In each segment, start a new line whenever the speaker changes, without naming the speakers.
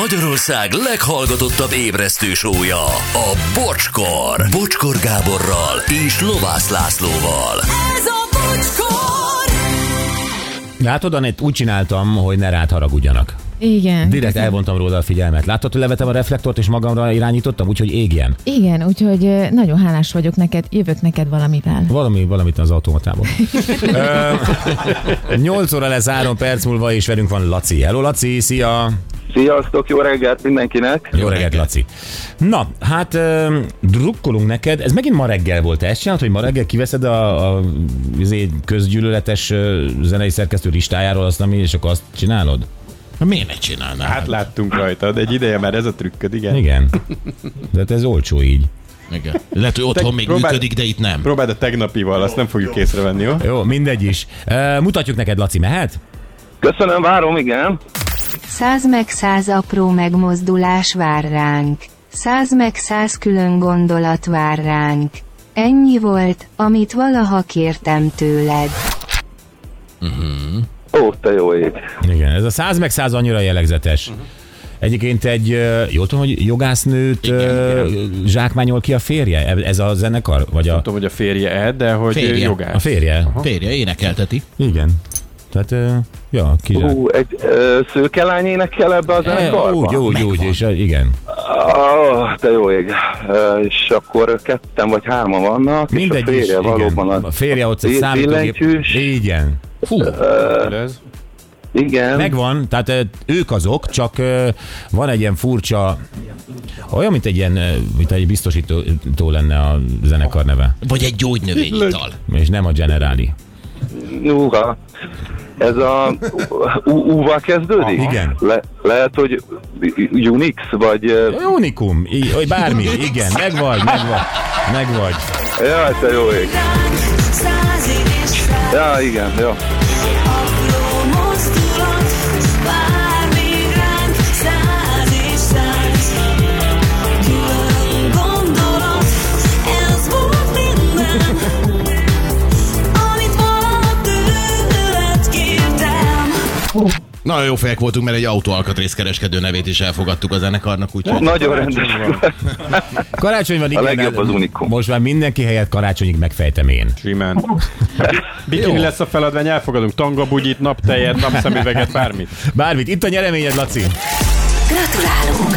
Magyarország leghallgatottabb ébresztő sója, a Bocskor. Bocskor Gáborral és Lovász Lászlóval.
Ez a bocskor!
Látod, Anett, úgy csináltam, hogy ne rád haragudjanak.
Igen.
Direkt elvontam róla a figyelmet. Láttad, hogy levetem a reflektort és magamra irányítottam, úgyhogy égjen.
Igen, úgyhogy ö, nagyon hálás vagyok neked, jövök neked valamivel.
Valami, valamit az automatából. Ö, 8 óra lesz 3 perc múlva, és velünk van Laci. Hello, Laci, szia!
Sziasztok, jó reggelt mindenkinek!
Jó reggelt, Laci. Na, hát ö, drukkolunk neked. Ez megint ma reggel volt. Te ezt csinálod, hogy ma reggel kiveszed a, a izé, közgyűlöletes ö, zenei szerkesztő listájáról azt, ami, és akkor azt csinálod?
Na, Miért ne csinálnál?
Hát láttunk rajtad, egy ideje már ez a trükköd, igen.
Igen. De hát ez olcsó így.
Igen. Lehet, hogy otthon még
próbál-
működik, de itt nem.
Próbáld a tegnapival, azt nem fogjuk észrevenni, jó?
Jó, mindegy is. Uh, mutatjuk neked, Laci, mehet?
Köszönöm, várom, igen.
Száz meg száz apró megmozdulás vár ránk. Száz meg száz külön gondolat vár ránk. Ennyi volt, amit valaha kértem tőled.
Ó, te jó ég.
Igen, ez a száz meg száz annyira jellegzetes.
Mhm.
Egyébként egy, ö, jól tudom, hogy jogásznőt igen, zsákmányol ki a férje? E- Ez a zenekar? Vagy a,
Nem tudom, hogy a férje -e, de hogy
Férje.
férje. jogász.
a férje?
Férje énekelteti.
Igen. Tehát, ö, ja, kizsák.
Ú, egy ö, szőke lány énekel ebbe az
E,
zenekarba?
Úgy, úgy, úgy, és ö, igen.
Ó, te jó ég. Ö, És akkor ketten vagy hárman vannak,
Mindegy
és a
is,
férje valóban
igen.
a...
A férje ott egy
bi-
számítógép.
billentyűs.
Igen.
Fú,
Ez.
Igen,
Megvan, tehát ö, ők azok, csak ö, van egy ilyen furcsa, olyan, mint egy ilyen, ö, mint egy biztosító tó lenne a zenekar neve,
vagy egy gyógynövényital.
és nem a generáli.
Uha. Ez a U-val kezdődik?
Aha. Igen.
Le- lehet, hogy Unix, vagy... ö,
Unikum, í- vagy bármi, igen, megvagy, megvagy, megvagy.
Jaj, te jó ég.
Százig és száz
Ja, igen, jó.
apró mozdulat, vár még ránk. Száz és száz külön gondolat, ez volt minden, amit valaha tőled kértem.
Nagyon jó fejek voltunk, mert egy autóalkatrészkereskedő nevét is elfogadtuk a zenekarnak, úgyhogy...
Nagyon rendes.
Karácsony van, igen.
legjobb
de
az unikum.
Most már mindenki helyett karácsonyig megfejtem én.
Simán. Bikini lesz a feladvány, elfogadunk tangabugyit, naptejet, napszemüveget, bármit.
Bármit, itt a nyereményed, Laci.
Gratulálunk!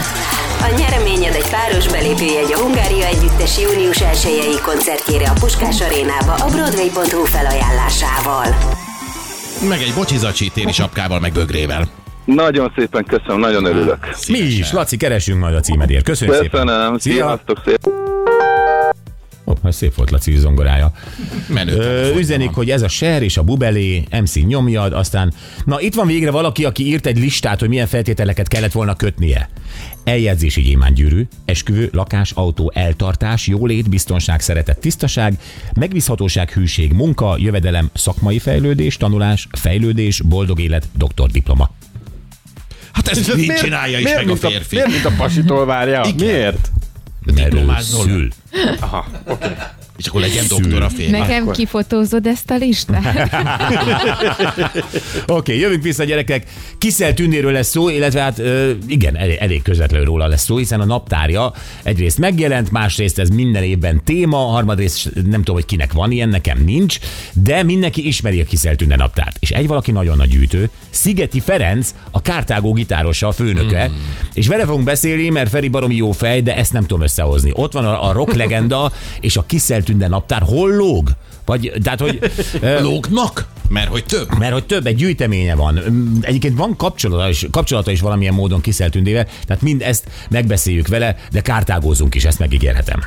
A nyereményed egy páros belépőjegy a Hungária Együttes június 1 koncertjére a Puskás Arénába a Broadway.hu felajánlásával.
Meg egy bocsizacsi téli sapkával, meg bögrével.
Nagyon szépen köszönöm, nagyon örülök.
Mi is, Laci, keresünk majd a címedért. Köszönjük
Köszönöm,
szépen.
sziasztok szépen.
Ó, hát szép volt Laci zongorája.
Menő.
Ö, üzenik, hogy ez a Ser és a Bubelé, MC nyomjad, aztán... Na, itt van végre valaki, aki írt egy listát, hogy milyen feltételeket kellett volna kötnie. Eljegyzési gyémántgyűrű, esküvő, lakás, autó, eltartás, jólét, biztonság, szeretet, tisztaság, megbízhatóság, hűség, munka, jövedelem, szakmai fejlődés, tanulás, fejlődés, boldog élet, doktordiploma.
Hát ezt így csinálja is
miért,
meg a
mint
férfi.
miért, mint a pasitól várja?
Igen.
Miért?
Diplomázol.
Szül.
És akkor legyen doktor a férfi.
Nekem akkor... kifotózod ezt a listát?
Oké, okay, jövünk vissza, gyerekek. Kiszel tündéről lesz szó, illetve hát ö, igen, elég, elég közvetlenül róla lesz szó, hiszen a naptárja egyrészt megjelent, másrészt ez minden évben téma, harmadrészt nem tudom, hogy kinek van ilyen, nekem nincs, de mindenki ismeri a Kiszel tünde naptárt. És egy valaki nagyon nagy gyűjtő, Szigeti Ferenc, a kártágó gitárosa, a főnöke, mm. és vele fogunk beszélni, mert Feri baromi jó fej, de ezt nem tudom összehozni. Ott van a, a rock legenda, és a Kiszel tünde naptár hol lóg? Vagy, tehát, hogy ö,
Lógnak? Mert hogy több.
mert hogy több egy gyűjteménye van. Öm, Egyébként van kapcsolata is, kapcsolata is valamilyen módon kiszeltündével, tehát mind ezt megbeszéljük vele, de kártágózunk is, ezt megígérhetem.